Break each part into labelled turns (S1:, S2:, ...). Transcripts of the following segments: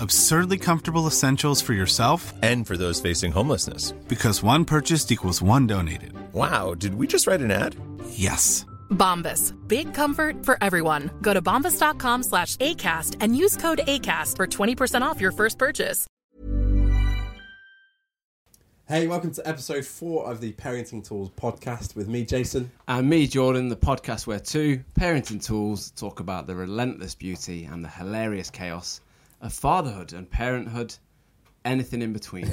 S1: Absurdly comfortable essentials for yourself
S2: And for those facing homelessness.
S1: because one purchased equals one donated.
S2: Wow, did we just write an ad?
S1: Yes.
S3: Bombas. Big comfort for everyone. Go to bombas.com slash ACAST and use code ACAST for 20% off your first purchase.
S4: Hey, welcome to episode four of the Parenting Tools podcast with me, Jason.
S5: And me, Jordan, the podcast where two parenting tools talk about the relentless beauty and the hilarious chaos of fatherhood and parenthood, anything in between.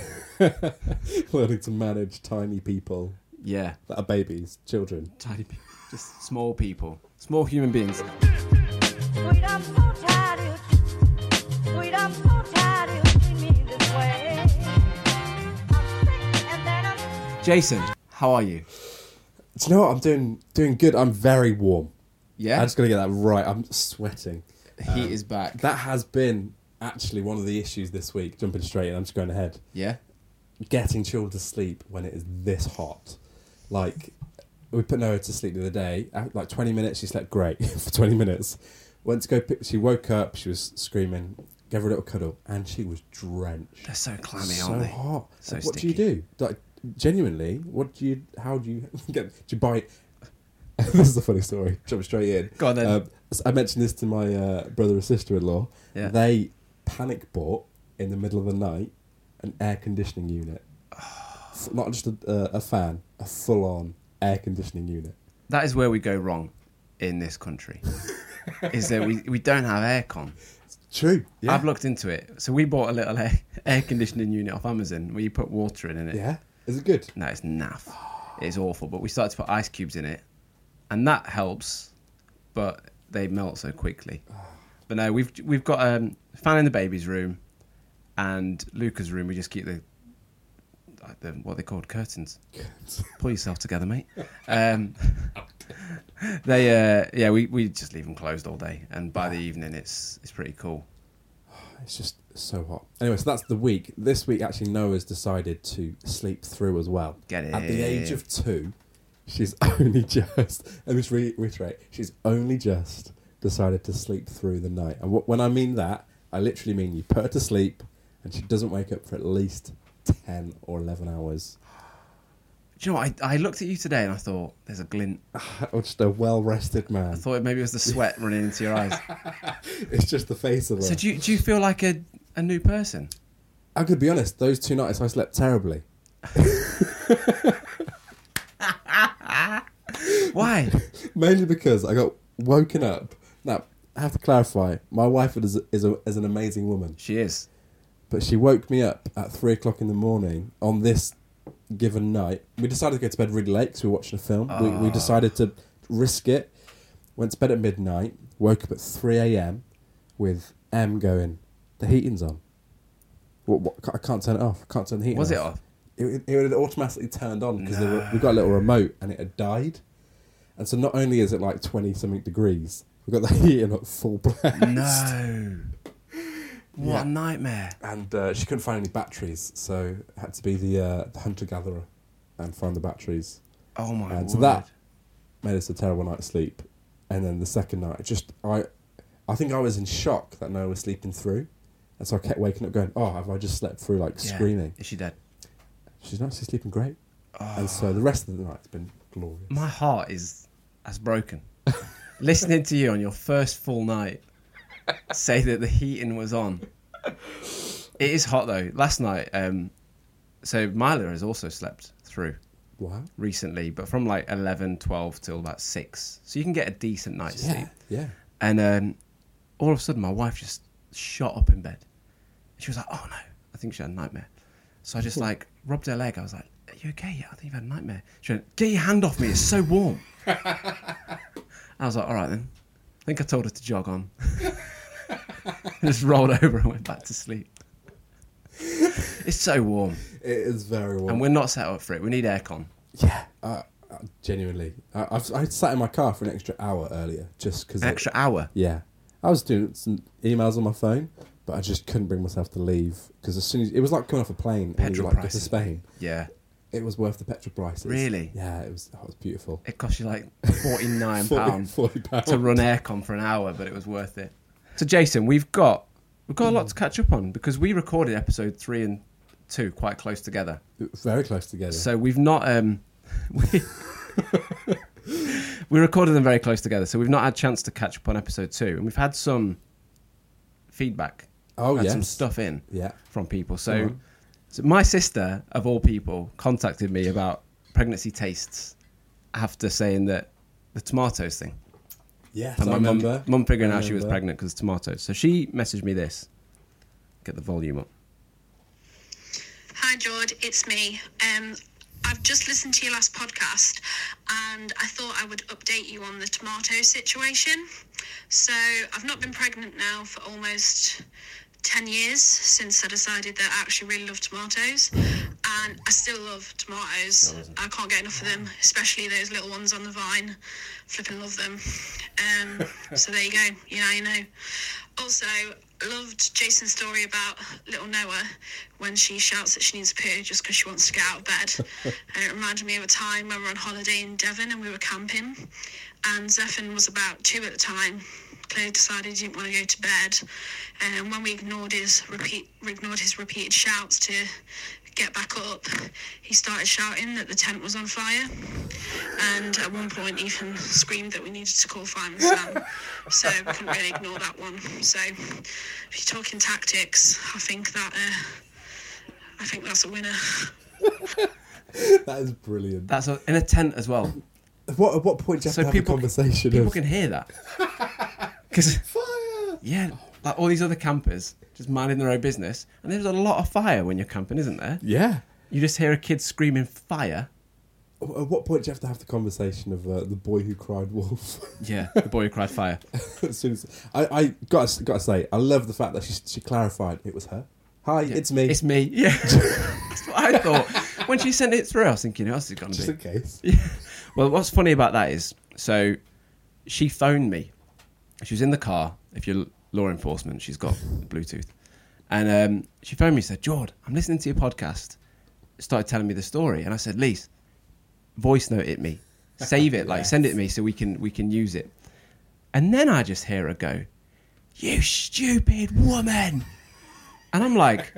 S4: Learning to manage tiny people
S5: yeah,
S4: that are babies, children.
S5: tiny people, just small people, small human beings.
S6: Sweet, I'm so tired of you. Sweet, I'm so tired of you treating me this way. I'm sick and then I'm
S5: Jason, how are you?
S4: Do you know what? I'm doing doing good. I'm very warm.
S5: Yeah,
S4: I just got to get that right. I'm sweating.
S5: heat is back.
S4: That has been actually one of the issues this week. Jumping straight in, I'm just going ahead.
S5: yeah,
S4: Getting children to sleep when it is this hot. Like, we put Noah to sleep the other day. At, like 20 minutes, she slept great for 20 minutes. Went to go pick, she woke up, she was screaming, gave her a little cuddle, and she was drenched.
S5: they're so clammy,
S4: so
S5: aren't they?
S4: hot.
S5: So
S4: what do you do? Like genuinely, what do you? How do you get? Do you buy? this is a funny story. Jump straight in.
S5: Go on then.
S4: Um, so I mentioned this to my uh, brother and sister-in-law.
S5: Yeah.
S4: They panic bought in the middle of the night an air conditioning unit, F- not just a, uh, a fan, a full-on air conditioning unit.
S5: That is where we go wrong in this country. is that we, we don't have aircon.
S4: True. Yeah.
S5: I've looked into it. So we bought a little air, air conditioning unit off Amazon where you put water in, in it.
S4: yeah. Is it good?
S5: No, it's naff. It's awful. But we started to put ice cubes in it, and that helps, but they melt so quickly. But no, we've we've got a um, fan in the baby's room, and Luca's room. We just keep the, like the what are they called curtains. Pull yourself together, mate. Um, they uh, yeah, we, we just leave them closed all day, and by the evening it's it's pretty cool.
S4: It's just so hot. Anyway, so that's the week. This week, actually, Noah's decided to sleep through as well.
S5: Get it.
S4: At the age of two, she's only just, let me just re- reiterate, she's only just decided to sleep through the night. And wh- when I mean that, I literally mean you put her to sleep and she doesn't wake up for at least 10 or 11 hours.
S5: Do you know what? I, I looked at you today and I thought there's a glint. I
S4: Or oh, just a well rested man.
S5: thought maybe it was the sweat running into your eyes.
S4: It's just the face of her.
S5: So do you, do you feel like a, a new person?
S4: I could be honest, those two nights I slept terribly.
S5: Why?
S4: Mainly because I got woken up. Now, I have to clarify, my wife is, is, a, is an amazing woman,
S5: she is.
S4: but she woke me up at three o'clock in the morning on this given night. We decided to go to bed really late because we were watching a film. We,
S5: Ah.
S4: we decided to risk it. Went to bed at midnight, woke up at 3 a.m. with M going, the heating's on. What, what, I can't turn it off. I can't turn the heating
S5: Was it off?
S4: it, it had automatically turned on because we got a little remote and it had died. And so not only is it like 20 something degrees, we've got the heating at full blast.
S5: No. What a nightmare.
S4: And uh, she couldn't find any batteries, so had to be the, uh, the hunter gatherer and find the batteries.
S5: Oh my
S4: And
S5: god.
S4: so that made us a terrible night's sleep. and then the second night, just I, I think I was in shock that Noah was sleeping through, and so I kept waking up going, "Oh, have I just slept through like
S5: Yeah.
S4: screaming?"
S5: Is she dead?
S4: She's not. She's sleeping great, and so the rest of the night's been glorious.
S5: My heart is as broken. Listening to you on your first full night say that the heating was on. It is hot though. Last night, um, so Myla has also slept through
S4: wow.
S5: recently, but from like 11, 12 till about 6. So you can get a decent night's
S4: Yeah.
S5: sleep.
S4: Yeah.
S5: And um, all of a sudden, my wife just shot up in bed. She was like, "Oh no, I think she had a nightmare." So I just like rubbed her leg. I was like, "Are you okay? Yeah, I think you've had a nightmare." She went, "Get your hand off me! It's so warm." I was like, "All right then." I think I told her to jog on. just rolled over and went back to sleep. it's so warm,
S4: It is very warm.
S5: and we're not set up for it. We need aircon.
S4: yeah. Uh, uh, genuinely, I, I've I sat in my car for an extra hour earlier just because.
S5: An extra hour.
S4: Yeah, I was doing some emails on my phone, but I just couldn't bring myself to leave because as soon as it was like coming off a plane and you
S5: Petrol
S4: like go to
S5: prices.
S4: Spain,
S5: Yeah,
S4: it was worth the petrol prices.
S5: Really?
S4: Yeah, it was. That was beautiful.
S5: it cost you like forty nine pounds.
S4: 40 pounds.
S5: to run aircon for an hour, but it was worth it. So Jason, we've got we've got a lot to catch up on because we recorded episode three and two quite close together.
S4: Very close together.
S5: So we've not um we we recorded them very close together. So we've not had a chance to catch up on episode two, and we've had some feedback.
S4: Oh,
S5: had some
S4: yes.
S5: stuff in
S4: Yeah. Uh-huh.
S5: from people. So, so my sister of all people contacted me about pregnancy tastes after saying that the tomatoes thing.
S4: yes,
S5: And
S4: I
S5: my mum,
S4: remember.
S5: mum figuring
S4: I
S5: out she was
S4: remember.
S5: pregnant because of tomatoes. So she messaged me this. Get the volume up.
S7: Hi, George. It's me. Um, I've just listened to your last podcast and I thought I would update you on the tomato situation. So, I've not been pregnant now for almost 10 years since I decided that I actually really love tomatoes. And I still love tomatoes. I can't get enough of them, especially those little ones on the vine. Flipping love them. Um, so, there you go. You know, you know. Also, loved Jason's story about little Noah when she shouts that she needs a poo just because she wants to get out of bed. and it reminded me of a time when we were on holiday in Devon and we were camping, and Zephan was about two at the time. Claire decided he didn't want to go to bed, and when we ignored his repeat ignored his repeated shouts to get back up, he started shouting that the tent was on fire. And at one point, Ethan screamed that we needed to call fireman Sam. So we couldn't really ignore that one. So if you're talking tactics, I think that uh, I think that's a winner.
S4: That is brilliant.
S5: That's a, in a tent as well.
S4: what, at what point do you have
S5: so
S4: to have
S5: people
S4: a conversation?
S5: people
S4: of,
S5: can hear that. Because
S4: Fire!
S5: yeah, like all these other campers just minding their own business, and there's a lot of fire when you're camping, isn't there?
S4: Yeah.
S5: You just hear a kid screaming fire.
S4: At what point do you have to have the conversation of uh, the boy who cried wolf?
S5: Yeah, the boy who cried fire.
S4: as soon as I, I gotta, gotta say, I love the fact that she, she clarified it was her. Hi,
S5: Yeah.
S4: it's me.
S5: It's me. Yeah, that's what I thought when she sent it through. I was thinking, what's it gonna
S4: Just
S5: be?
S4: in case.
S5: Yeah. Well, what's funny about that is, so she phoned me. She was in the car. If you're law enforcement, she's got Bluetooth. And um, she phoned me said, Jord, I'm listening to your podcast. Started telling me the story. And I said, Lise, voice note it me. Save it, like send it to me so we can we can use it. And then I just hear her go, You stupid woman. And I'm like,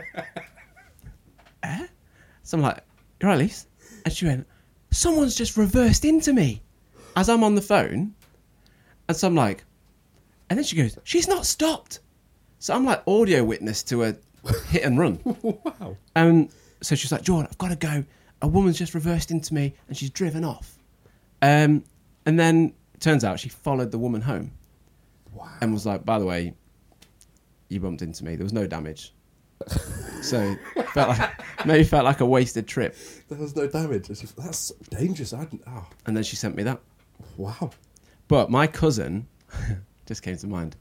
S5: so I'm like, You're right, Lise? And she went, Someone's just reversed into me as I'm on the phone. And so I'm like, And then she goes, She's not stopped. So I'm like, audio witness to a hit and run.
S4: wow.
S5: Um, so she's like, Jordan, I've got to go. A woman's just reversed into me and she's driven off. Um, and then turns out she followed the woman home
S4: Wow.
S5: and was like, by the way, you bumped into me. There was no damage. so felt like, maybe felt like a wasted trip.
S4: There was no damage. It's just- That's dangerous. I didn't. Oh,
S5: And then she sent me that.
S4: wow.
S5: But my cousin just came to mind.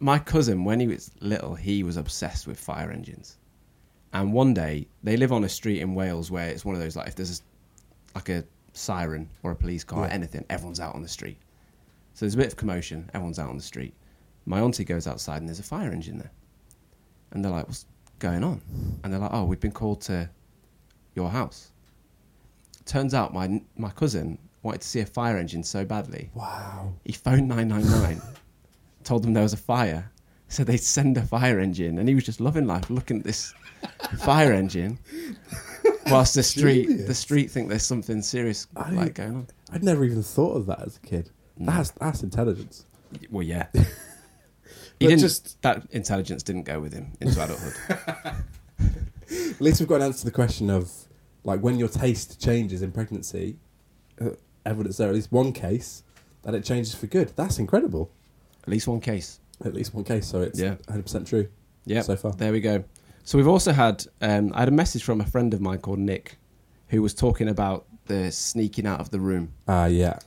S5: My cousin, when he was little, he was obsessed with fire engines. And one day, they live on a street in Wales where it's one of those like if there's like a siren or a police car,
S4: Yeah.
S5: anything, everyone's out on the street. So there's a bit of commotion. Everyone's out on the street. My auntie goes outside and there's a fire engine there. And they're like, what's going on? And they're like, oh, we've been called to your house. Turns out my my cousin wanted to see a fire engine so badly.
S4: Wow.
S5: He phoned 999, told them there was a fire. So they send a fire engine, and he was just loving life, looking at this fire engine, whilst the street the street think there's something serious
S4: I
S5: like
S4: didn't-
S5: going on.
S4: I'd never even thought of that as a kid. That's that's intelligence.
S5: Well, yeah,
S4: But
S5: he didn't.
S4: just-
S5: Just that intelligence didn't go with him into adulthood.
S4: At least we've got an answer to the question of like when your taste changes in pregnancy. Uh, evidence there at least one case that it changes for good. That's incredible.
S5: At least one case.
S4: At least one case, so it's
S5: Yeah.
S4: hundred percent true.
S5: Yeah.
S4: so far.
S5: There we go. So we've also had um, I had a message from a friend of mine called Nick, who was talking about the sneaking out of the room,
S4: Ah, yeah.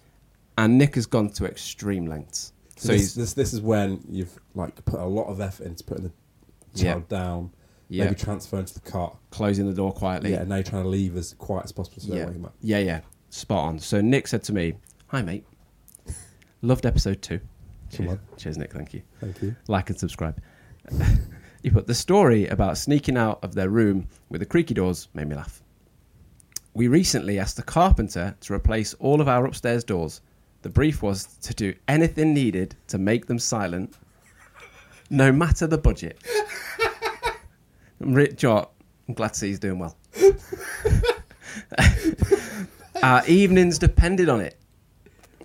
S5: and Nick has gone to extreme lengths.
S4: So
S5: So
S4: this,
S5: he's
S4: this this is when you've like put a lot of effort into putting the
S5: Yeah.
S4: child down,
S5: Yeah.
S4: maybe transferring to the cot.
S5: closing the door quietly.
S4: Yeah, and now you're trying to leave as quiet as possible so they
S5: yeah.
S4: don't wake him up.
S5: yeah, yeah. Spot on. So Nick said to me, "Hi, mate. Loved episode two.
S4: Come
S5: Cheers,
S4: on.
S5: Cheers Nick. Thank you.
S4: Thank you.
S5: Like and subscribe." you put the story about sneaking out of their room with the creaky doors made me laugh. We recently asked the carpenter to replace all of our upstairs doors. The brief was to do anything needed to make them silent, no matter the budget. Rich Jot, I'm glad to see he's doing well. our evenings depended on it.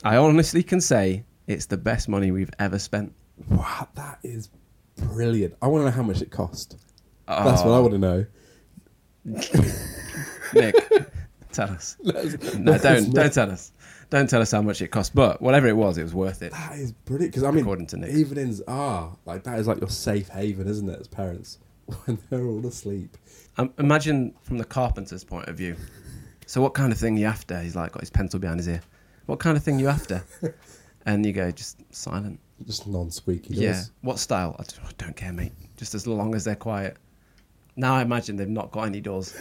S5: I honestly can say it's the best money we've ever spent.
S4: Wow, that is brilliant. I want to know how much it cost. That's
S5: Ah.
S4: what I want to know.
S5: Nick, tell us. No,
S4: let us
S5: don't
S4: know.
S5: don't tell us. Don't tell us how much it cost. But whatever it was, it was worth it.
S4: That is brilliant because I mean,
S5: According to Nick.
S4: evenings are like that is like your safe haven, isn't it, as parents when they're all asleep?
S5: Um, imagine from the carpenter's point of view. So what kind of thing you after? He's like got his pencil behind his ear. What kind of thing you after? And you go just silent.
S4: Just non-squeaky.
S5: Yeah.
S4: Doors.
S5: What style? I don't, I don't care, mate. Just as long as they're quiet. Now I imagine they've not got any doors.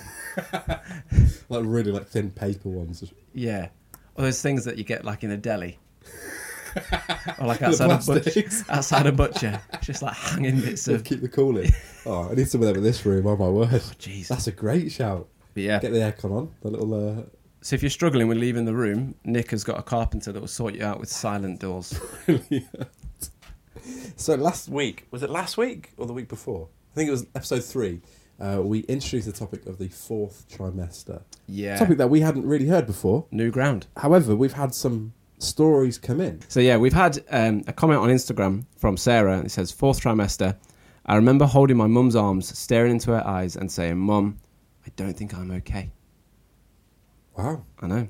S4: like really like thin paper ones.
S5: Yeah. Or those things that you get like in a deli. or like outside a butcher.
S4: plastics.
S5: Outside a butcher. Just like hanging bits of
S4: Keep the cool in. Oh, I need some of them in this room. Oh my word!
S5: jeez.
S4: that's a great shout.
S5: But yeah.
S4: Get the aircon on. The little. Uh,
S5: So if you're struggling with leaving the room, Nick has got a carpenter that will sort you out with silent doors.
S4: so last week was it last week or the week before? I think it was episode three. Uh, we introduced the topic of the fourth trimester.
S5: Yeah.
S4: Topic that we hadn't really heard before.
S5: New ground.
S4: However, we've had some stories come in.
S5: So yeah, we've had um, a comment on Instagram from Sarah. It says fourth trimester. I remember holding my mum's arms, staring into her eyes, and saying, "Mum, I don't think I'm okay."
S4: Wow.
S5: I know.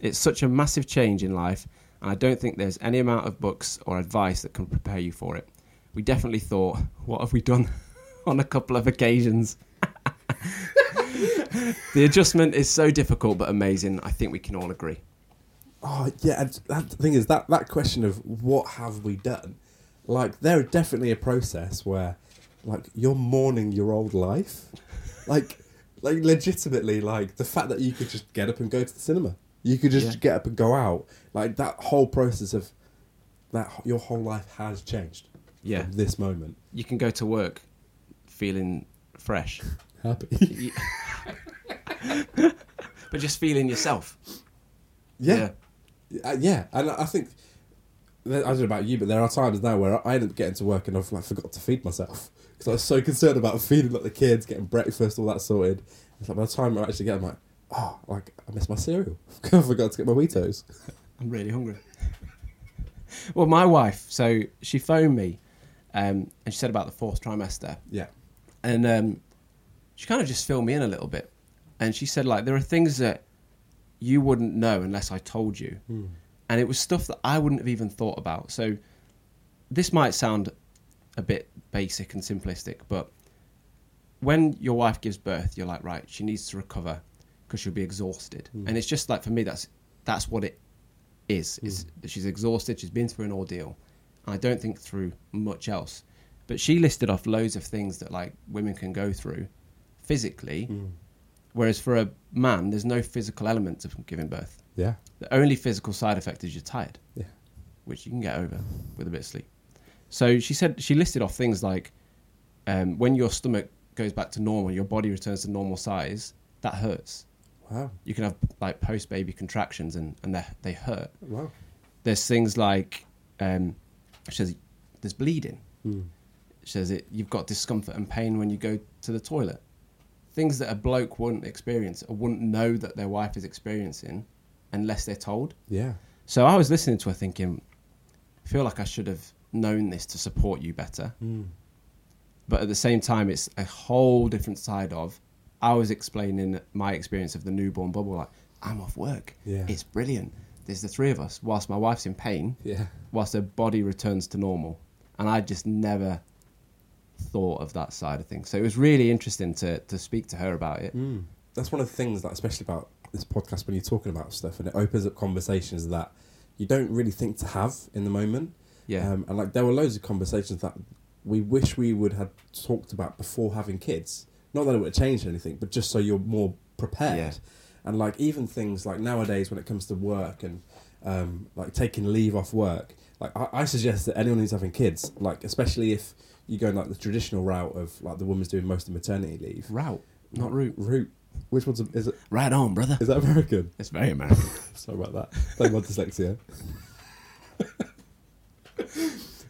S5: It's such a massive change in life, and I don't think there's any amount of books or advice that can prepare you for it. We definitely thought, what have we done on a couple of occasions? the adjustment is so difficult but amazing. I think we can all agree.
S4: Oh yeah, and that the thing is that that question of what have we done, like there are definitely a process where, like you're mourning your old life, like like legitimately like the fact that you could just get up and go to the cinema, you could just
S5: Yeah.
S4: get up and go out, like that whole process of that h- your whole life has changed.
S5: Yeah.
S4: from this moment,
S5: You can go to work feeling fresh,
S4: happy.
S5: but just feeling yourself.
S4: yeah. Uh, yeah, and I think I don't know about you, but there are times now where I end up getting to work and I've like forgot to feed myself because I was so concerned about feeding like the kids, getting breakfast, all that sorted. It's like by the time I actually get, I'm like, oh, like I missed my cereal. I forgot to get my Wheatos.
S5: I'm really hungry. well, my wife, so she phoned me um, and she said about the fourth trimester.
S4: Yeah,
S5: and um, she kind of just filled me in a little bit. And she said, like, there are things that you wouldn't know unless I told you. And it was stuff that I wouldn't have even thought about. So this might sound a bit basic and simplistic, but when your wife gives birth, you're like, right, she needs to recover because she'll be exhausted. And it's just like for me, that's that's what it is. Is that she's exhausted? She's been through an ordeal. And I don't think through much else. But she listed off loads of things that like women can go through physically, whereas for a man, there's no physical element of giving birth.
S4: yeah,
S5: The only physical side effect is you're tired
S4: yeah.
S5: which you can get over with a bit of sleep. So she said she listed off things like um, when your stomach goes back to normal, your body returns to normal size. That hurts.
S4: Oh,
S5: You can have like post baby contractions and, and they they hurt.
S4: wow.
S5: There's things like um, she says there's bleeding. She says it you've got discomfort and pain when you go to the toilet. Things that a bloke wouldn't experience or wouldn't know that their wife is experiencing unless they're told.
S4: Yeah.
S5: So I was listening to her thinking, I feel like I should have known this to support you better.
S4: Hmm.
S5: But at the same time, it's a whole different side of I was explaining my experience of the newborn bubble. Like, I'm off work.
S4: Yeah.
S5: It's brilliant. There's the three of us, whilst my wife's in pain,
S4: Yeah.
S5: whilst her body returns to normal. And I just never thought of that side of things. So it was really interesting to, to speak to her about it.
S4: Hmm. That's one of the things that, especially about this podcast, when you're talking about stuff and it opens up conversations that you don't really think to have in the moment.
S5: Yeah.
S4: Um, and like there were loads of conversations that we wish we would have talked about before having kids. Not that it would have changed anything, but just so you're more prepared.
S5: Yeah.
S4: And like even things like nowadays when it comes to work and um, like taking leave off work, like I, I suggest that anyone who's having kids, like especially if you go like the traditional route of like the woman's doing most of maternity leave,
S5: Route, not route.
S4: root. Which one's a, is it?
S5: Right on, brother.
S4: Is that American?
S5: It's very American.
S4: Sorry about that. Thank God, dyslexia.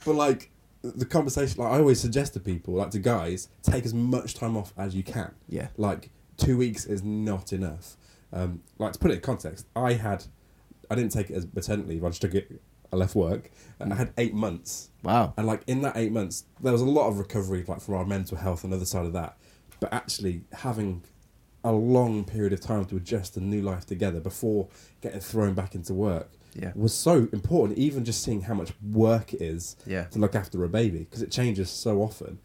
S4: but like the conversation, like I always suggest to people, like to guys, take as much time off as you can.
S5: Yeah.
S4: Like two weeks is not enough. Um, like to put it in context, I had, I didn't take it as maternity leave. I just took it. I left work. And I had eight months.
S5: Mm. Wow.
S4: And like in that eight months, there was a lot of recovery, like for our mental health and other side of that. But actually, having a long period of time to adjust a new life together before getting thrown back into work
S5: Yeah.
S4: was so important. Even just seeing how much work it is
S5: Yeah.
S4: to look after a baby because it changes so often.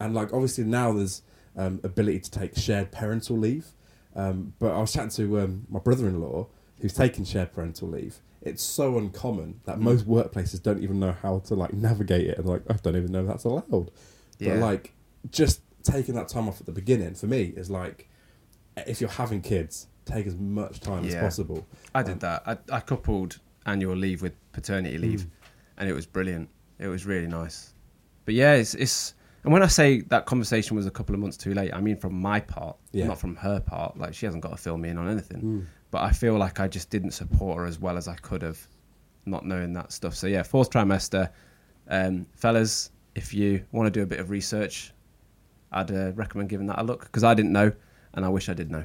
S4: And like obviously now there's um, ability to take shared parental leave. Um, but I was chatting to um, my brother-in-law who's taking shared parental leave. It's so uncommon
S5: Mm.
S4: that most workplaces don't even know how to like navigate it, and like I don't even know if that's allowed. But
S5: Yeah.
S4: like just taking that time off at the beginning for me is like if you're having kids, take as much time as
S5: Yeah.
S4: possible.
S5: I did that. I, I coupled annual leave with
S4: Mm.
S5: paternity leave, and it was brilliant. It was really nice. But yeah, it's, it's and when I say that conversation was a couple of months too late, I mean from my part,
S4: Yeah. Mm.
S5: not from her part. Like she hasn't got to fill me in on anything. But I feel like I just didn't support her as well as I could have, not knowing that stuff. So yeah, fourth trimester, um, fellas, if you want to do a bit of research, I'd uh, recommend giving that a look because I didn't know, and I wish I did know.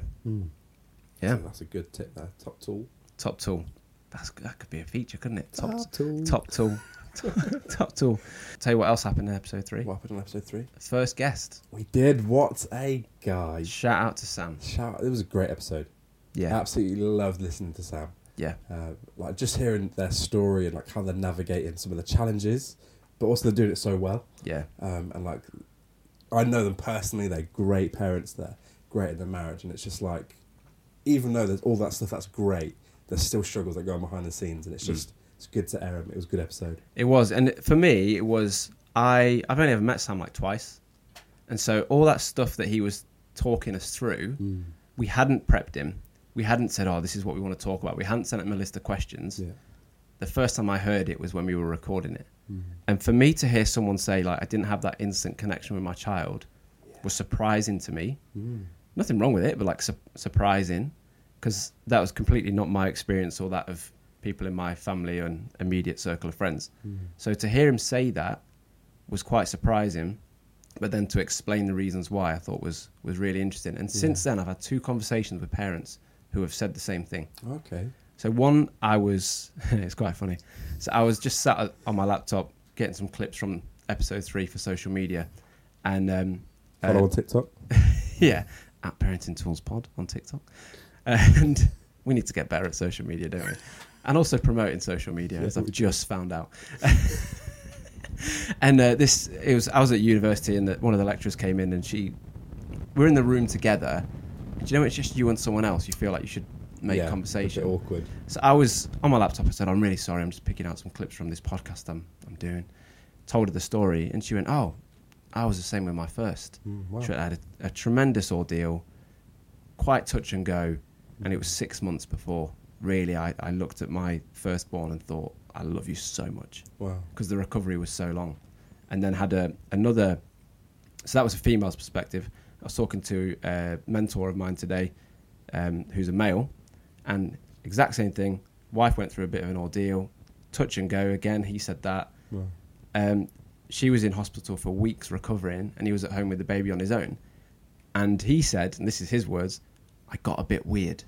S5: Yeah.
S4: So Mm. that's a good tip there. Top tool.
S5: Top tool. That's that could be a feature, couldn't it? Top
S4: Top tool.
S5: Top tool. top tool. Tell you what else happened in episode three.
S4: What happened on episode three?
S5: First guest.
S4: We did. What a guy!
S5: Shout out to Sam.
S4: Shout! It was a great episode.
S5: Yeah.
S4: absolutely loved listening to Sam.
S5: Yeah.
S4: Uh, like just hearing their story and like how they're navigating some of the challenges, but also they're doing it so well.
S5: Yeah.
S4: Um, and like, I know them personally. They're great parents. They're great in their marriage, and it's just like, even though there's all that stuff that's great, there's still struggles that go on behind the scenes,
S5: Mm.
S4: and it's just it's good to air them. It was a good episode.
S5: It was, and for me, it was. I I've only ever met Sam like twice, and so all that stuff that he was talking us through, we hadn't prepped him. We hadn't said, "Oh, this is what we want to talk about." We hadn't sent him a list of questions.
S4: Yeah.
S5: The first time I heard it was when we were recording it, and for me to hear someone say like, "I didn't have that instant connection with my child," was surprising to me. Nothing wrong with it, but like su- surprising because that was completely not my experience or that of people in my family and immediate circle of friends. So to hear him say that was quite surprising, but then to explain the reasons why I thought was was really interesting. And since then, I've had two conversations with parents who have said the same thing.
S4: Okay.
S5: So one, I was it's quite funny. So I was just sat on my laptop getting some clips from episode three for social media, and um, uh,
S4: Follow on TikTok.
S5: yeah, at Parenting Tools Pod on TikTok. And we need to get better at social media, don't we? And also promoting social media, as I've just found out. and uh, this, it was I was at university, and the, one of the lecturers came in, and she, we're in the room together. Do you know it's just you and someone else? You feel like you should make
S4: Yeah, a
S5: conversation.
S4: bit awkward.
S5: So I was on my laptop. I said, "I'm really sorry. I'm just picking out some clips from this podcast I'm I'm doing." Told her the story, and she went, "Oh, I was the same with my first.
S4: wow.
S5: She had a, a tremendous ordeal, quite touch and go, and it was six months before really I, I looked at my firstborn and thought, "I love you so much."
S4: Wow.
S5: because the recovery was so long. And then had a, another, so that was a female's perspective. I was talking to a mentor of mine today um, who's a male, and exact same thing. Wife went through a bit of an ordeal, touch and go again. He said that. Um, she was in hospital for weeks recovering, and he was at home with the baby on his own. And he said, and this is his words, I got a bit weird.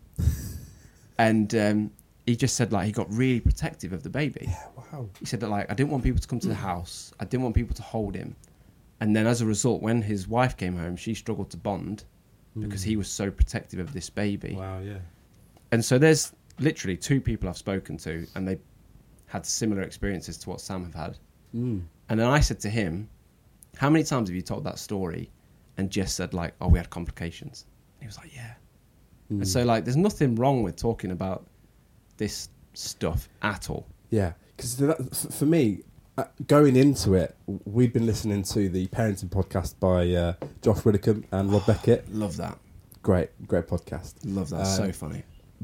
S5: and um, he just said, like, he got really protective of the baby.
S4: Wow.
S5: He said that, like, I didn't want people to come to the house, I didn't want people to hold him. And then as a result, when his wife came home, she struggled to bond because he was so protective of this baby.
S4: Wow. Yeah.
S5: And so there's literally two people I've spoken to, and they had similar experiences to what Sam have had. Mm. And then I said to him, "How many times have you told that story?" And Jess said, "Like, oh, we had complications." He was like, "Yeah." And so like, there's nothing wrong with talking about this stuff at all.
S4: Yeah, because for me, uh, going into it, we'd been listening to the parenting podcast by uh, Josh Widdicombe and Rob Beckett.
S5: Love that.
S4: Great, great podcast.
S5: Love that. so funny.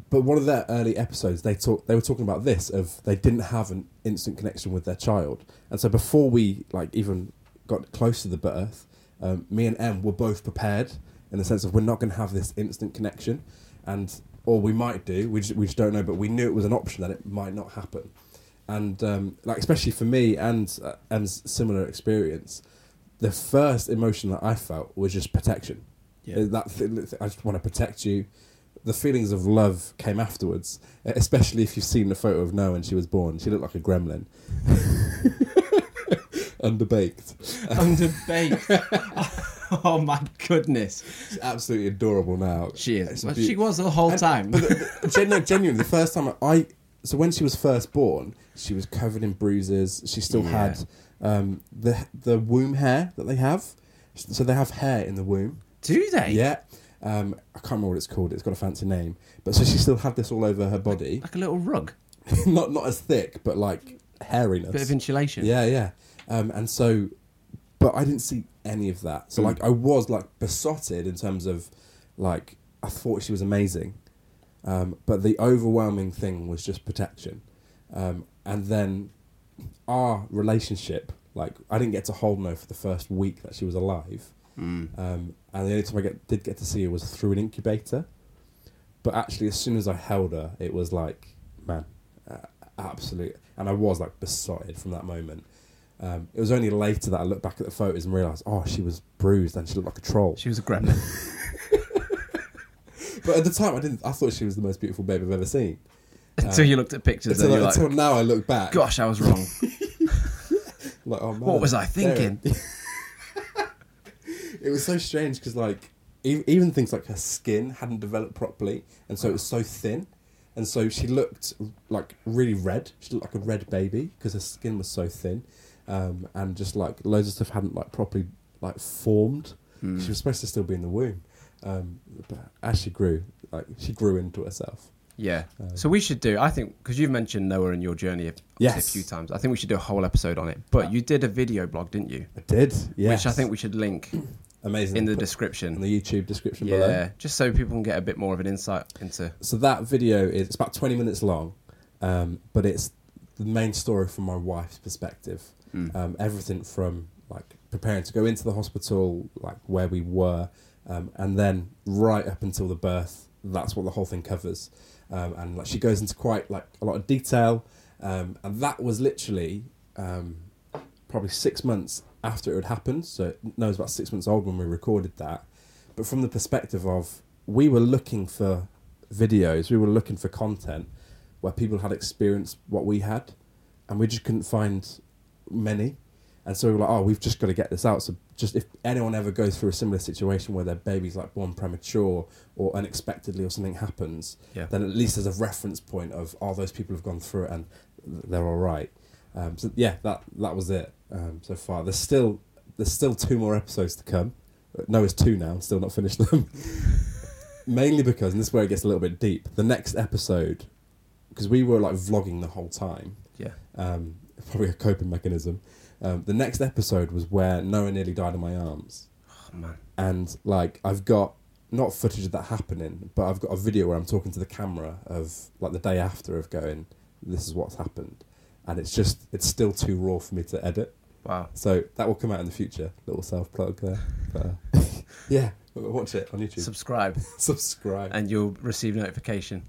S4: But one of their early episodes, they talk, they were talking about this of they didn't have an instant connection with their child, and so before we like even got close to the birth, um, me and Em were both prepared in the sense of we're not going to have this instant connection, and or we might do, we just, we just don't know. But we knew it was an option that it might not happen, and um, like especially for me and uh, Em's similar experience, the first emotion that I felt was just protection.
S5: Yeah.
S4: Uh, That th- I just want to protect you. The feelings of love came afterwards, uh, especially if you've seen the photo of Noah when she was born. She looked like a gremlin, underbaked.
S5: Underbaked. oh my goodness,
S4: She's absolutely adorable now.
S5: she is.
S4: It's
S5: Well,
S4: beau-
S5: she was the whole time.
S4: But the- the- gen- no, genuinely, the first time I, I- so when she was first born, she was covered in bruises. She still
S5: Yeah.
S4: had um, the the womb hair that they have. So they have hair in the womb.
S5: Do they?
S4: Yeah. Um, I can't remember what it's called. It's got a fancy name. But so she still had this all over her body,
S5: Like a little rug,
S4: not not as thick, but like hairiness.
S5: bit of insulation.
S4: Yeah, yeah. Um, and so, but I didn't see any of that.
S5: Hmm.
S4: So like, I was like besotted in terms of, like, I thought she was amazing, um, but the overwhelming thing was just protection, um, and then our relationship. Like, I didn't get to hold no for the first week that she was alive, um, and the only time I get, did get to see her was through an incubator. But actually, as soon as I held her, it was like, man, uh, absolute. And I was like besotted from that moment. Um, it was only later that I looked back at the photos and realised, oh, she was bruised and she looked like a troll.
S5: She was a gremlin.
S4: But at the time, I didn't. I thought she was the most beautiful babe I've ever seen.
S5: until you looked at pictures,
S4: Until,
S5: then you're
S4: I-
S5: like,
S4: until now, I look back.
S5: "Gosh, I was wrong."
S4: like, oh, man,
S5: What was I
S4: there it-
S5: thinking?
S4: it was so strange because like e- even things like her skin hadn't developed properly and so it was so thin and so she looked like really red she looked like a red baby because her skin was so thin um, and just like loads of stuff hadn't like properly like formed
S5: Hmm.
S4: she was supposed to still be in the womb um, but as she grew like she grew into herself
S5: yeah. So we should do. I think because you've mentioned Noah and your journey a,
S4: Yes.
S5: a few times. I think we should do a whole episode on it. But you did a video blog, didn't you?
S4: I did yes
S5: Which I think we should link
S4: amazing
S5: in the
S4: Put-
S5: description.
S4: in the YouTube description
S5: yeah,
S4: below
S5: just so people can get a bit more of an insight into.
S4: so that video is it's about 20 minutes long um, but it's the main story from my wife's perspective um, everything from like preparing to go into the hospital like where we were um, and then right up until the birth that's what the whole thing covers um, and like she goes into quite like a lot of detail um, and that was literally um, probably six months after it had happened. So no, it was about six months old when we recorded that. But from the perspective of we were looking for videos, we were looking for content where people had experienced what we had, and we just couldn't find many. And so we were like, oh, we've just got to get this out. So just if anyone ever goes through a similar situation where their baby's like born premature or unexpectedly or something happens,
S5: Yeah.
S4: then at least there's a reference point of oh, those people have gone through it and they're all right. Um, so yeah, that that was it um, so far. There's still there's still two more episodes to come. Uh, No, it's two now. Still not finished them. Mainly because, and this is where it gets a little bit deep. The next episode, because we were like vlogging the whole time
S5: Yeah.
S4: um, probably a coping mechanism. Um, the next episode was where Noah nearly died in my arms,
S5: Oh, man.
S4: and like I've got not footage of that happening, but I've got a video where I'm talking to the camera of like the day after of going, this is what's happened, and it's just it's still too raw for me to edit.
S5: Wow.
S4: So that will come out in the future. Little self plug there. But, uh, yeah, Watch it on YouTube.
S5: Subscribe,
S4: Subscribe.
S5: and you'll receive notification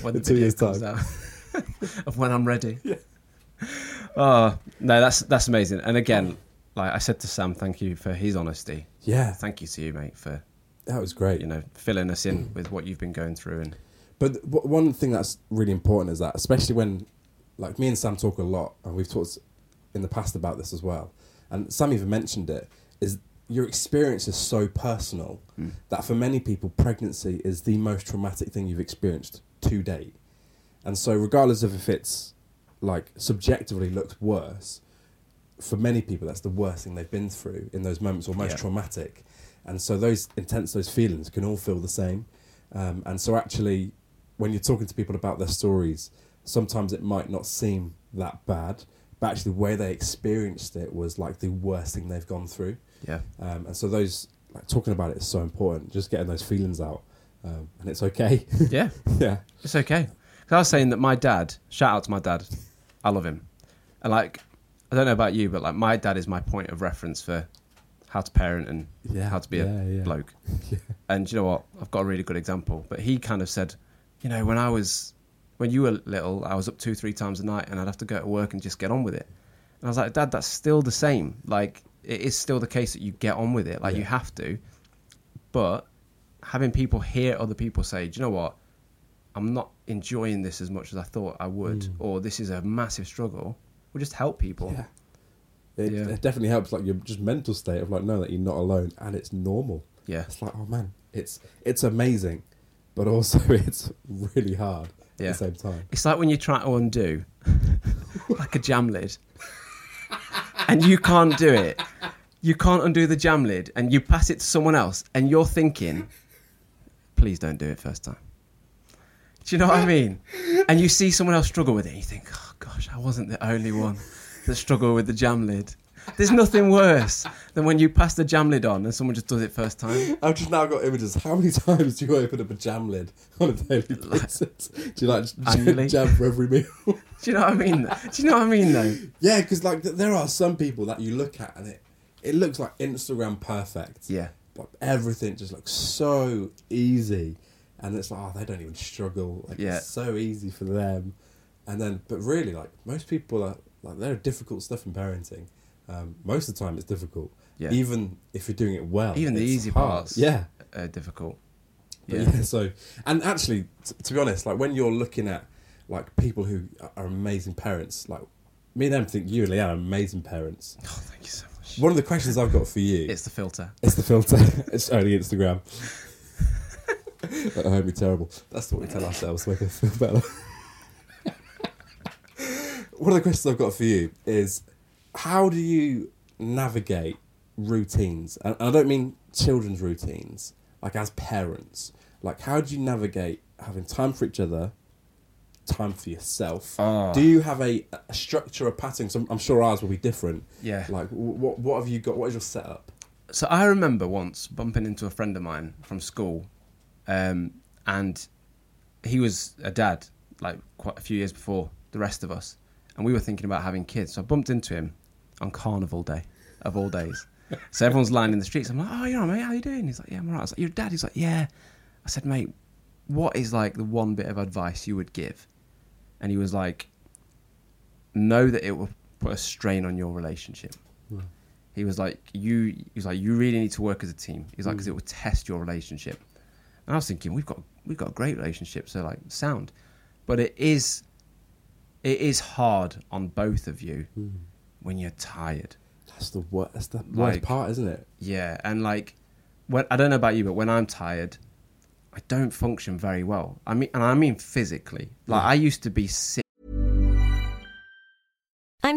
S5: when the
S4: In two
S5: video
S4: years'
S5: comes
S4: time.
S5: out of when I'm ready. Oh no, that's that's amazing. And again, like I said to Sam, thank you for his honesty.
S4: yeah,
S5: Thank you to you, mate, for
S4: that was great.
S5: you know filling us
S4: Mm.
S5: in with what you've been going through and
S4: But th- w- one thing that's really important is that, especially when, like me and Sam talk a lot, and we've talked in the past about this as well, and Sam even mentioned it, is your experience is so personal that for many people, pregnancy is the most traumatic thing you've experienced to date. And so, regardless of if it's like subjectively looked worse, for many people, that's the worst thing they've been through in those moments, or most
S5: Yeah.
S4: traumatic. And so, those intense, those feelings can all feel the same. Um, and so, actually, when you're talking to people about their stories, sometimes it might not seem that bad, but actually, the way they experienced it was like the worst thing they've gone through.
S5: yeah,
S4: Um, and so, those like talking about it is so important. Just getting those feelings out, um, and it's okay.
S5: yeah.
S4: yeah.
S5: It's okay. 'Cause I was saying that my dad, shout out to my dad, I love him. And like, I don't know about you, but like, my dad is my point of reference for how to parent and
S4: Yeah,
S5: how to be
S4: yeah,
S5: a
S4: yeah.
S5: bloke. And you know what? I've got a really good example. But he kind of said, you know, when I was, when you were little, I was up two, three times a night and I'd have to go to work and just get on with it. And I was like, Dad, that's still the same. Like, it is still the case that you get on with it. Like, you have to. But having people hear other people say, do you know what? I'm not enjoying this as much as I thought I would, or this is a massive struggle, will just help people.
S4: Yeah. It,
S5: Yeah.
S4: it definitely helps, like your just mental state of like knowing that you're not alone and it's normal.
S5: Yeah.
S4: it's like oh man, it's it's amazing, but also it's really hard
S5: Yeah.
S4: at the same time.
S5: It's like when you try to undo like a jam lid and you can't do it. You can't undo the jam lid and you pass it to someone else and you're thinking, please don't do it first time. Do you know what I mean? And you see someone else struggle with it and you think, oh gosh, I wasn't the only one that struggled with the jam lid. There's nothing worse than when you pass the jam lid on and someone just does it first time.
S4: I've just now got images. How many times do you open up a jam lid on a daily basis? Do you like
S5: Annually?
S4: jam, jam for every meal?
S5: Do you know what I mean? Do you know what I mean though?
S4: yeah, because like th- there are some people that you look at and it it looks like Instagram perfect.
S5: Yeah.
S4: Like everything just looks so easy, and it's like oh they don't even struggle. Like,
S5: Yeah.
S4: It's so easy for them, and then but really like most people are like there are difficult stuff in parenting. Um, most of the time it's difficult.
S5: Yeah.
S4: Even if you're doing it well.
S5: Even the
S4: it's
S5: easy
S4: hard.
S5: parts.
S4: Yeah.
S5: Are difficult.
S4: But yeah. So, and actually, t- to be honest, like when you're looking at like people who are amazing parents, like me and them think you and Leanne are amazing parents.
S5: Oh, thank you so much.
S4: One of the questions I've got for you
S5: It's the filter.
S4: it's the filter. it's only Instagram. At home, we terrible. That's what we tell ourselves to make us feel better. One of the questions I've got for you is how do you navigate routines? And I don't mean children's routines, like as parents. Like, how do you navigate having time for each other, time for yourself? Do you have a, a structure, a pattern? 'Cause I'm I'm sure ours will be different.
S5: Yeah.
S4: Like, wh- what, what have you got? What is your setup?
S5: So I remember once bumping into a friend of mine from school, um, and he was a dad like quite a few years before the rest of us, and we were thinking about having kids. So I bumped into him on Carnival Day of all days. So everyone's lying in the streets. I'm like, "Oh, you're all right, mate. How you doing?" He's like, "Yeah, I'm alright." I was like, "Your dad?" He's like, "Yeah." I said, "Mate, what is like the one bit of advice you would give?" And he was like, know that it will put a strain on your relationship. He was like, you. He was like, you really need to work as a team. He's like, because it will test your relationship. And I was thinking, we've got we've got a great relationship, so like sound, but it is, it is hard on both of you when you're tired.
S4: That's the worst. That's the
S5: Like-
S4: worst part, isn't it?
S5: Yeah, and like, when, I don't know about you, but when I'm tired, I don't function very well. I mean, and I mean physically. Like I used to be sick.
S8: I'm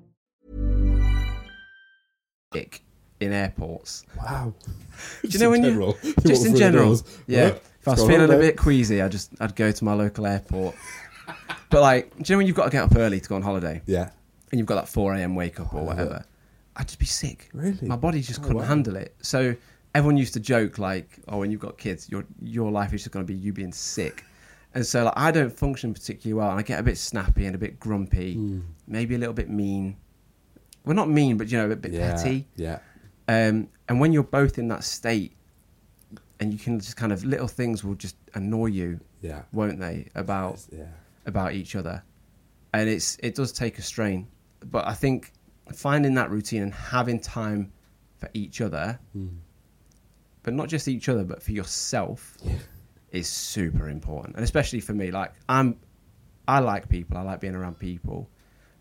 S5: dick in airports.
S4: Wow.
S5: Do you know when
S4: general.
S5: you
S4: Walk
S5: just
S4: through
S5: in
S4: the
S5: general?
S4: doors.
S5: Yeah.
S4: Right.
S5: If I was
S4: What's going
S5: feeling
S4: on,
S5: a
S4: mate?
S5: bit queasy, I just I'd go to my local airport. but like, do you know when you've got to get up early to go on holiday
S4: Yeah.
S5: and you've got that four a.m. wake up or whatever? I'd just be sick.
S4: Really?
S5: My body just
S4: Oh,
S5: couldn't
S4: wow.
S5: handle it. So everyone used to joke like, "Oh, when you've got kids, your your life is just going to be you being sick." And so like, I don't function particularly well, and I get a bit snappy and a bit grumpy,
S4: Hmm.
S5: maybe a little bit mean. Well, not mean, but you know, a bit
S4: Yeah.
S5: petty.
S4: Yeah.
S5: Um, and when you're both in that state, and you can just kind of little things will just annoy you,
S4: Yeah.
S5: won't they? About
S4: Yeah.
S5: about each other, and it's it does take a strain. But I think finding that routine and having time for each other, but not just each other, but for yourself, is super important. And especially for me, like I'm, I like people. I like being around people.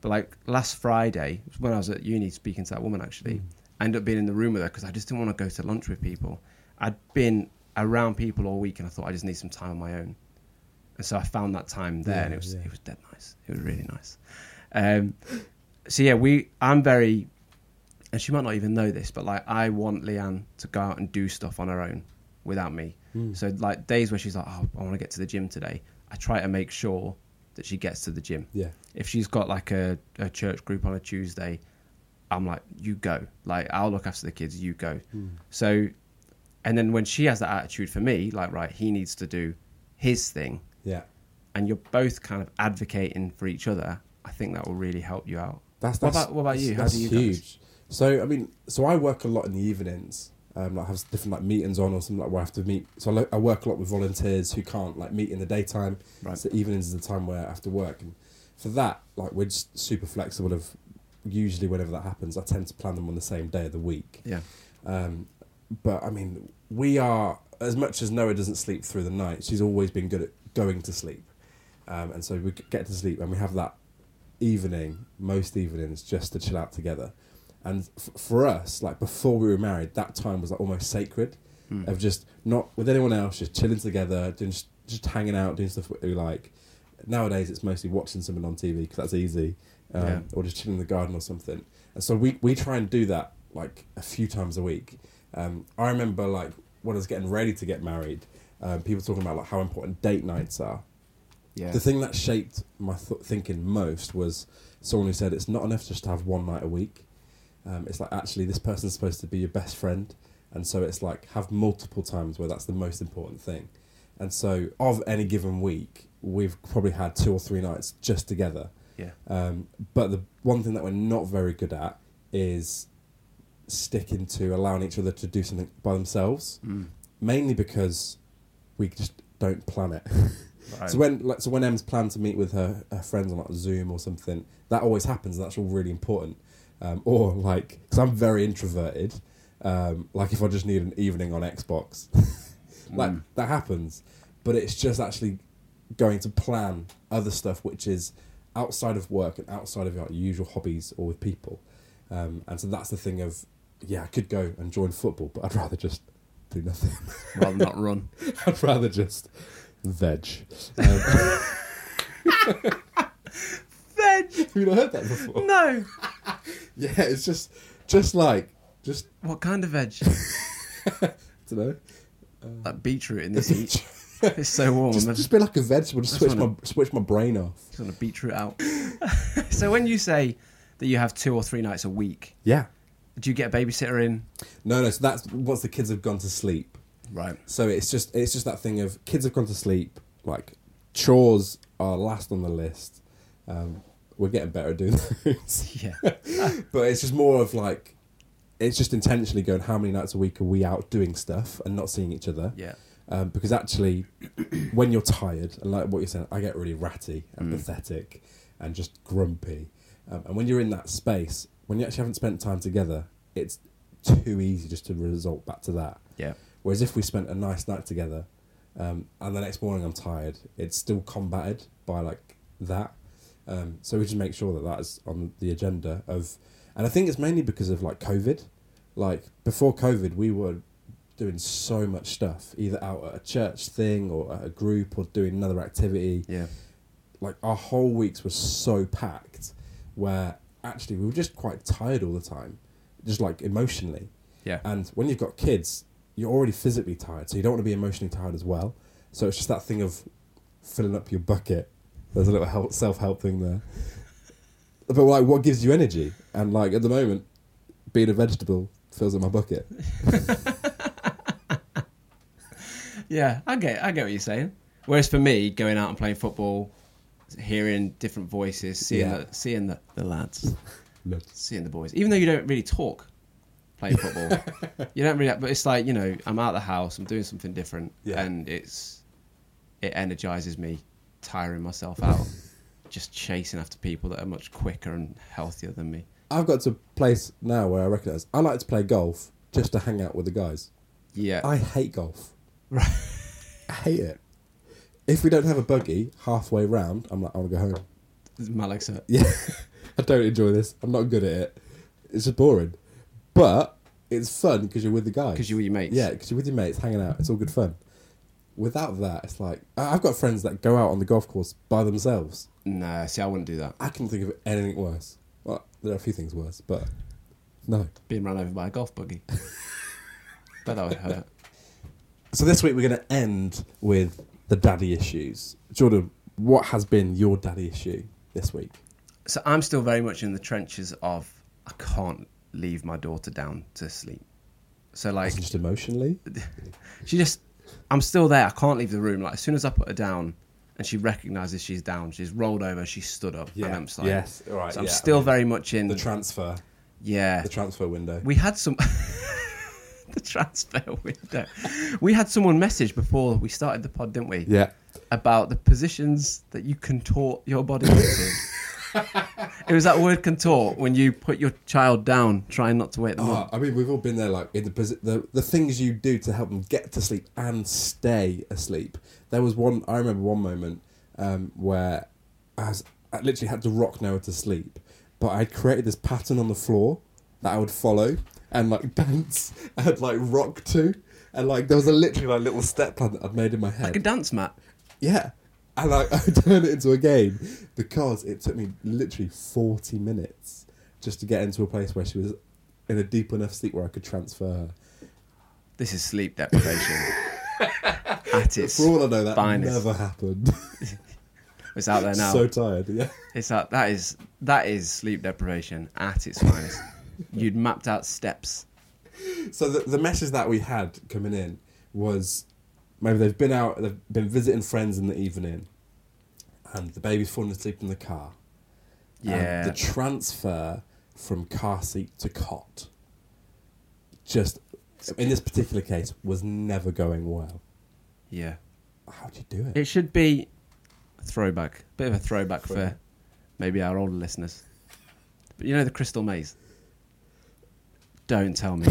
S5: But like last Friday, when I was at uni speaking to that woman, actually, I ended up being in the room with her because I just didn't want to go to lunch with people. I'd been around people all week, and I thought I just need some time on my own. And so I found that time there, and it was it was dead nice. It was really nice. Um, so yeah, we I'm very, and she might not even know this, but like I want Leanne to go out and do stuff on her own without me. So like days where she's like, oh, I want to get to the gym today. I try to make sure that she gets to the gym.
S4: Yeah.
S5: If she's got like a, a church group on a Tuesday, I'm like, you go. Like I'll look after the kids. You go. So, and then when she has that attitude for me, like right, he needs to do his thing
S4: Yeah.
S5: and you're both kind of advocating for each other, I think that will really help you out.
S4: That's,
S5: what
S4: that's
S5: about what about you? How
S4: That's
S5: do you
S4: huge.
S5: guys?
S4: So I mean, so I work a lot in the evenings. Um, like have different like meetings on or something like where I have to meet. So I, lo- I work a lot with volunteers who can't like meet in the daytime.
S5: Right.
S4: So evenings is the time where I have to work, and for that, like we're just super flexible. Of usually whenever that happens, I tend to plan them on the same day of the week.
S5: Yeah,
S4: Um, but I mean, we are as much as Noah doesn't sleep through the night. She's always been good at going to sleep, um, and so we get to sleep and we have that evening, most evenings, just to chill out together. And f- for us, like before we were married, that time was like almost sacred, of just not with anyone else, just chilling together, doing just, just hanging out, doing stuff we like. Nowadays, it's mostly watching someone on TV because that's easy, um,
S5: Yeah.
S4: or just chilling in the garden or something. And so we, we try and do that like a few times a week. Um, I remember like when I was getting ready to get married, um, people talking about like how important date nights are.
S5: yeah,
S4: The thing that shaped my th- thinking most was someone who said it's not enough just to have one night a week. Um, it's like actually this person's supposed to be your best friend, and so it's like have multiple times where that's the most important thing. And so of any given week, we've probably had two or three nights just together.
S5: yeah,
S4: Um, but the one thing that we're not very good at is sticking to allowing each other to do something by themselves, mainly because we just don't plan it.
S5: Right.
S4: So when like, so when Em's planned to meet with her, her friends on like Zoom or something, that always happens. That's all really important. Um, or like, because I'm very introverted. Um, like if I just need an evening on Xbox, like
S5: Mm.
S4: that happens. But it's just actually going to plan other stuff, which is outside of work and outside of your usual hobbies or with people. Um, and so that's the thing of, yeah, I could go and join football, but I'd rather just do nothing.
S5: rather not run.
S4: I'd rather just veg. Um,
S5: Veg,
S4: have you not heard that before?
S5: no.
S4: Yeah, it's just, just like, just
S5: What kind of veg?
S4: I don't know.
S5: like beetroot in this heat. It's so warm.
S4: Just,
S5: I'm
S4: just be like a vegetable. Just switch my
S5: wanna-
S4: switch my brain off.
S5: just gonna beetroot out. so when you say that you have two or three nights a week,
S4: Yeah.
S5: do you get a babysitter in?
S4: No, no. So that's once the kids have gone to sleep.
S5: Right.
S4: So it's just it's just that thing of kids have gone to sleep. Like chores are last on the list. Um, we're getting better at doing those.
S5: Yeah.
S4: but it's just more of like it's just intentionally going. How many nights a week are we out doing stuff and not seeing each other?
S5: Yeah.
S4: Um, because actually, when you're tired and like what you're saying, I get really ratty and
S5: Mm.
S4: pathetic and just grumpy. Um, and when you're in that space, when you actually haven't spent time together, it's too easy just to result back to that.
S5: Yeah.
S4: Whereas if we spent a nice night together, um, and the next morning I'm tired, it's still combated by like that. Um, so we just make sure that that is on the agenda of, and I think it's mainly because of like COVID. Like before COVID, we were doing so much stuff, either out at a church thing or at a group or doing another activity
S5: Yeah.
S4: like our whole weeks were so packed where actually we were just quite tired all the time just like emotionally
S5: Yeah.
S4: and when you've got kids you're already physically tired so you don't want to be emotionally tired as well so it's just that thing of filling up your bucket there's a little help, self-help thing there but like what gives you energy and like at the moment being a vegetable fills up my bucket
S5: Yeah, I get, I get what you're saying. Whereas for me, going out and playing football, hearing different voices, seeing
S4: Yeah.
S5: the, seeing the, the lads, seeing the boys, even though you don't really talk playing football, you don't really. But it's like you know, I'm out of the house, I'm doing something different,
S4: Yeah.
S5: and it's it energizes me, tiring myself out, just chasing after people that are much quicker and healthier than me.
S4: i've got to a place now where i recognize i like to play golf just to hang out with the guys
S5: Yeah,
S4: I hate golf. Right. I hate it. If we don't have a buggy halfway round, I'm like, I want to go home.
S5: Malexa.
S4: Yeah. I don't enjoy this. I'm not good at it. It's just boring. But it's fun because you're with the guys.
S5: 'Cause you're with your mates.
S4: Yeah, because you're with your mates hanging out. It's all good fun. Without that, it's like, I- I've got friends that go out on the golf course by themselves.
S5: Nah, see, I wouldn't do that.
S4: I can think of anything worse. Well, there are a few things worse, but no.
S5: Being run over by a golf buggy. but that would hurt.
S4: So this week we're going to end with the daddy issues. Jordan, what has been your daddy issue this week?
S5: so I'm still very much in the trenches of I can't leave my daughter down to sleep. So like
S4: Just emotionally?
S5: she just I'm still there. I can't leave the room. Like as soon as I put her down and she recognizes she's down, she's rolled over, she's stood up.
S4: Yeah.
S5: And I'm just like,
S4: Yes. All right.
S5: so I'm
S4: Yeah.
S5: still very much in
S4: The transfer,
S5: yeah.
S4: the transfer window.
S5: we had some the transfer window. we had someone message before we started the pod, didn't we?
S4: yeah.
S5: about the positions that you contort your body into. it was that word contort when you put your child down, trying not to wake them
S4: Oh,
S5: up.
S4: I mean, we've all been there. Like in the, posi- the the things you do to help them get to sleep and stay asleep. There was one. I remember one moment um, where I, was, I literally had to rock Noah to sleep, but I would created this pattern on the floor that I would follow and like dance and like rock to, and like there was a literally like little step plan that I'd made in my head.
S5: Like a dance mat.
S4: Yeah. And I, I turned it into a game because it took me literally 40 minutes just to get into a place where she was in a deep enough sleep where I could transfer her.
S5: This is sleep deprivation. At its
S4: For all I know, that
S5: finest.
S4: never happened.
S5: It's out there now.
S4: so tired, yeah.
S5: It's out. That is that is sleep deprivation at its finest. You'd mapped out steps.
S4: So the, the message that we had coming in was maybe they've been out, they've been visiting friends in the evening, and the baby's fallen asleep in the car. and
S5: Yeah.
S4: Um, the transfer from car seat to cot just in this particular case was never going well.
S5: yeah.
S4: How do you do it?
S5: It should be a throwback. Bit of a throwback for maybe our older listeners. But you know the Crystal Maze? Don't tell me.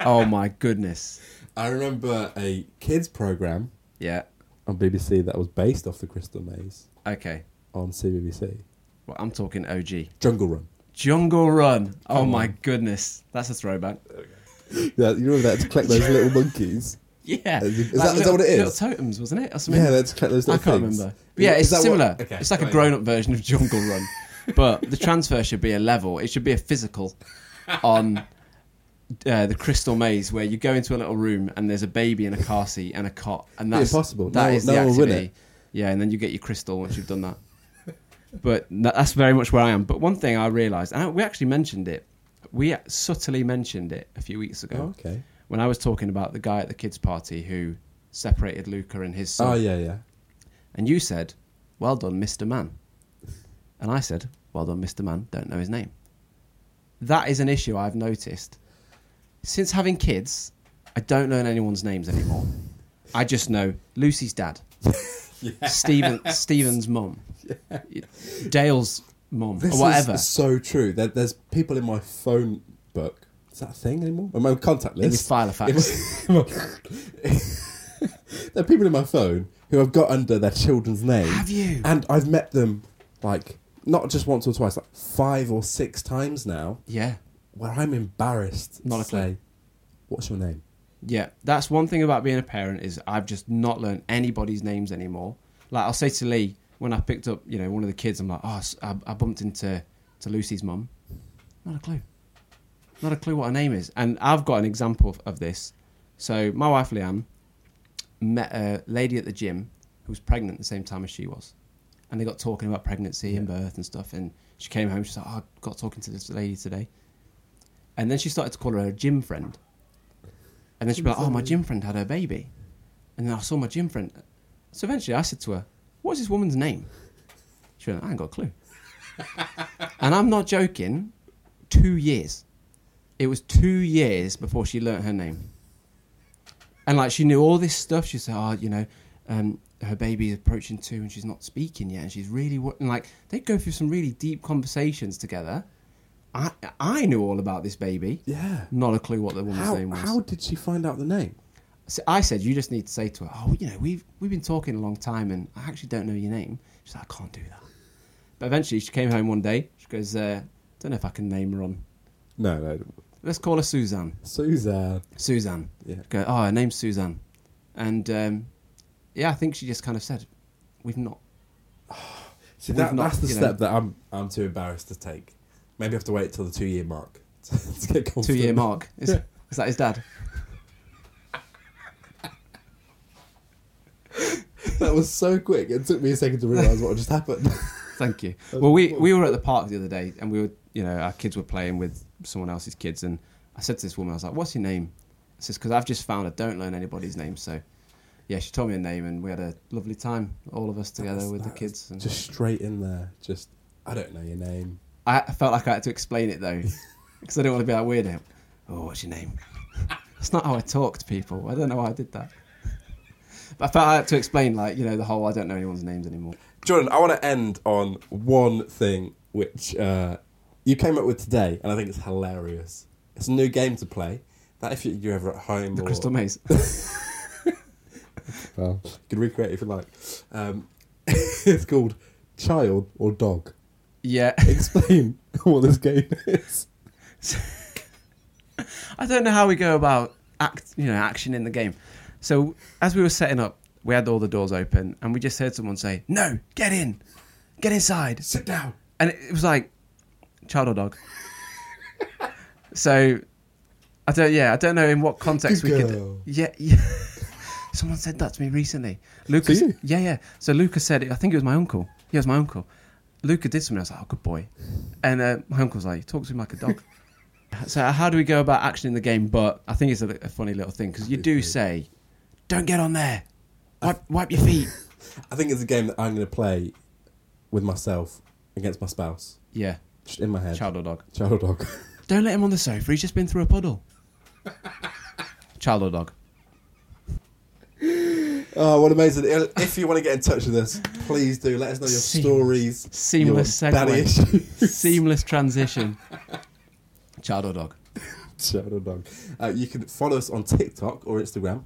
S5: oh my goodness.
S4: I remember a kids program
S5: Yeah.
S4: on BBC that was based off the Crystal Maze
S5: Okay.
S4: on CBBC.
S5: Well, I'm talking OG.
S4: Jungle Run.
S5: Jungle Run. Oh my goodness. That's a throwback.
S4: Yeah, you remember that to collect those little monkeys.
S5: Yeah.
S4: Is- is that- is that what it is?
S5: Little totems, wasn't it? Or something?
S4: Yeah, that's collect those
S5: I
S4: little
S5: can't
S4: things.
S5: remember. But yeah,
S4: Is
S5: it's
S4: that what-
S5: similar.
S4: Okay,
S5: it's like a
S4: right.
S5: grown up version of Jungle Run. but the transfer should be a level. It should be a physical on uh, the Crystal Maze where you go into a little room and there's a baby in a car seat and a cot. And that's
S4: impossible.
S5: That
S4: No-
S5: is
S4: no
S5: the
S4: one will win
S5: activity.
S4: it.
S5: Yeah, and then you get your crystal once you've done that. But tha- that's very much where I am. But one thing I realised, and I- we actually mentioned it, we subtly mentioned it a few weeks ago.
S4: Oh, okay.
S5: When I was talking about the guy at the kids' party who separated Luca and his son.
S4: Oh yeah, yeah.
S5: And you said, Well done, Mr. Man. And I said, Well done, Mr. Man, don't know his name. That is an issue I've noticed. Since having kids, I don't learn anyone's names anymore. I just know Lucy's dad, Stephen, Stephen's mum, Dale's mum,
S4: This
S5: or whatever.
S4: is so true. There, there's people in my phone book Is that a thing anymore? Am I on contact list?
S5: In your file of facts.
S4: Am I- there are people in my phone who I've got under their children's name.
S5: Have you?
S4: And I've met them like not just once or twice, like five or six times now,
S5: Yeah.
S4: where I'm embarrassed
S5: Not
S4: to
S5: a clue.
S4: say, "What's your name?"
S5: Yeah, that's one thing about being a parent is I've just not learned anybody's names anymore. Like I'll say to Lee when I picked up, you know, one of the kids, I'm like, oh, s- I, I bumped into to Lucy's mum. Not a clue. Not a clue what her name is. And I've got an example of, of this. So my wife Leanne met a lady at the gym who was pregnant the same time as she was, and they got talking about pregnancy and birth and stuff. And she came home, she's like, oh, I got talking to this lady today, and then she started to call her a gym friend. And then she'd be like, "Oh, my gym friend had her baby," and then I saw my gym friend. So eventually, I said to her, "What's this woman's name?" She went, "I ain't got a clue." and I'm not joking. Two years. It was two years before she learnt her name. And like she knew all this stuff. She said, "Oh, you know, um, her baby is approaching two, and she's not speaking yet, and she's really wo-" and like they go through some really deep conversations together." I I knew all about this baby.
S4: Yeah.
S5: Not a clue what the woman's
S4: How,
S5: name was.
S4: how did she find out the name?
S5: So I said, you just need to say to her, oh, you know, we've we've been talking a long time, and I actually don't know your name. She's like, I can't do that. But eventually, she came home one day. She goes, uh, don't know if I can name her on.
S4: No, no,
S5: Let's call her Suzanne.
S4: Suzanne.
S5: Suzanne.
S4: Yeah.
S5: Go. Oh, her name's Suzanne, and um, yeah, I think she just kind of said, we've not.
S4: See,
S5: We've
S4: that,
S5: not,
S4: that's the
S5: you know-
S4: step that I'm I'm too embarrassed to take. Maybe I have to wait till the two year mark to get confident.
S5: Two year mark. Is, is that his dad?
S4: That was so quick. It took me a second to realise what had just happened.
S5: Thank you. Well, we, we were at the park the other day, and we were, you know, our kids were playing with someone else's kids, and I said to this woman, I was like, "What's your name?" She says, "Because I've just found I don't learn anybody's name." So, yeah, she told me her name, and we had a lovely time, all of us together with the
S4: That was
S5: kids. And
S4: just straight in there. Just I don't know your name.
S5: I felt like I had to explain it though, because I didn't want to be that weirdo. Oh, what's your name? That's not how I talk to people. I don't know why I did that. But I felt I had to explain, like, you know, the whole I don't know anyone's names anymore.
S4: Jordan, I want to end on one thing which uh, you came up with today, and I think it's hilarious. It's a new game to play. That if you- you're ever at home,
S5: The
S4: or,
S5: Crystal Maze.
S4: well, you can recreate it if you like. Um, it's called Child or Dog.
S5: yeah.
S4: Explain what this game is.
S5: I don't know how we go about act, you know, action in the game. So as we were setting up, we had all the doors open, and we just heard someone say, "No, get in, get inside."
S4: Sit down.
S5: And it it was like, child or dog. so, I don't. Yeah, I don't know in what context
S4: Good
S5: we
S4: girl.
S5: could. Yeah, yeah. Someone said that to me recently. Lucas.
S4: you?
S5: Yeah, yeah. So Lucas said, it, I think it was my uncle. Yeah, it was my uncle. Luca did something. I was like, oh, good boy. And uh, my uncle was like, you talk to him like a dog. so how do we go about action in the game? But I think it's a, a funny little thing because you do say, don't get on there. Wipe, wipe your feet.
S4: I think it's a game that I'm going to play with myself against my spouse.
S5: Yeah.
S4: Just in my head.
S5: Child or dog.
S4: Child or dog.
S5: Don't let him on the sofa. He's just been through a puddle. Child or dog.
S4: Oh, what amazing. If you want to get in touch with us, please do. Let us know your
S5: Seamless-
S4: stories.
S5: Seamless
S4: your daddy
S5: segue.
S4: issues.
S5: Seamless transition. Child or dog.
S4: Child or dog. Uh, you can follow us on TikTok or Instagram.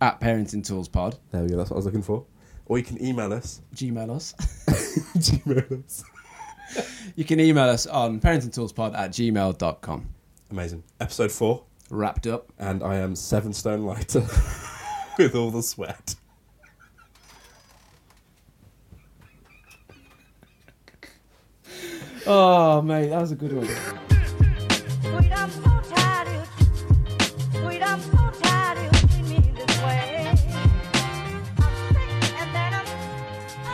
S5: At Parenting Tools Pod.
S4: There we go. That's what I was looking for. Or you can email us.
S5: Gmail us.
S4: Gmail us.
S5: You can email us on parentingtoolspod at gmail.com.
S4: Amazing. Episode four.
S5: Wrapped up.
S4: And I am seven stone lighter with all the sweat.
S5: Oh, mate, that was a good one.
S6: Sweet, I'm so tired of you. Sweet, I'm so tired of you treating me this way. I'm sick and then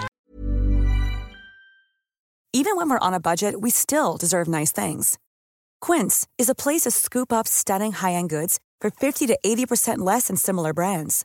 S6: I'm
S9: Even when we're on a budget, we still deserve nice things. Quince is a place to scoop up stunning high end goods for 50 to 80% less than similar brands.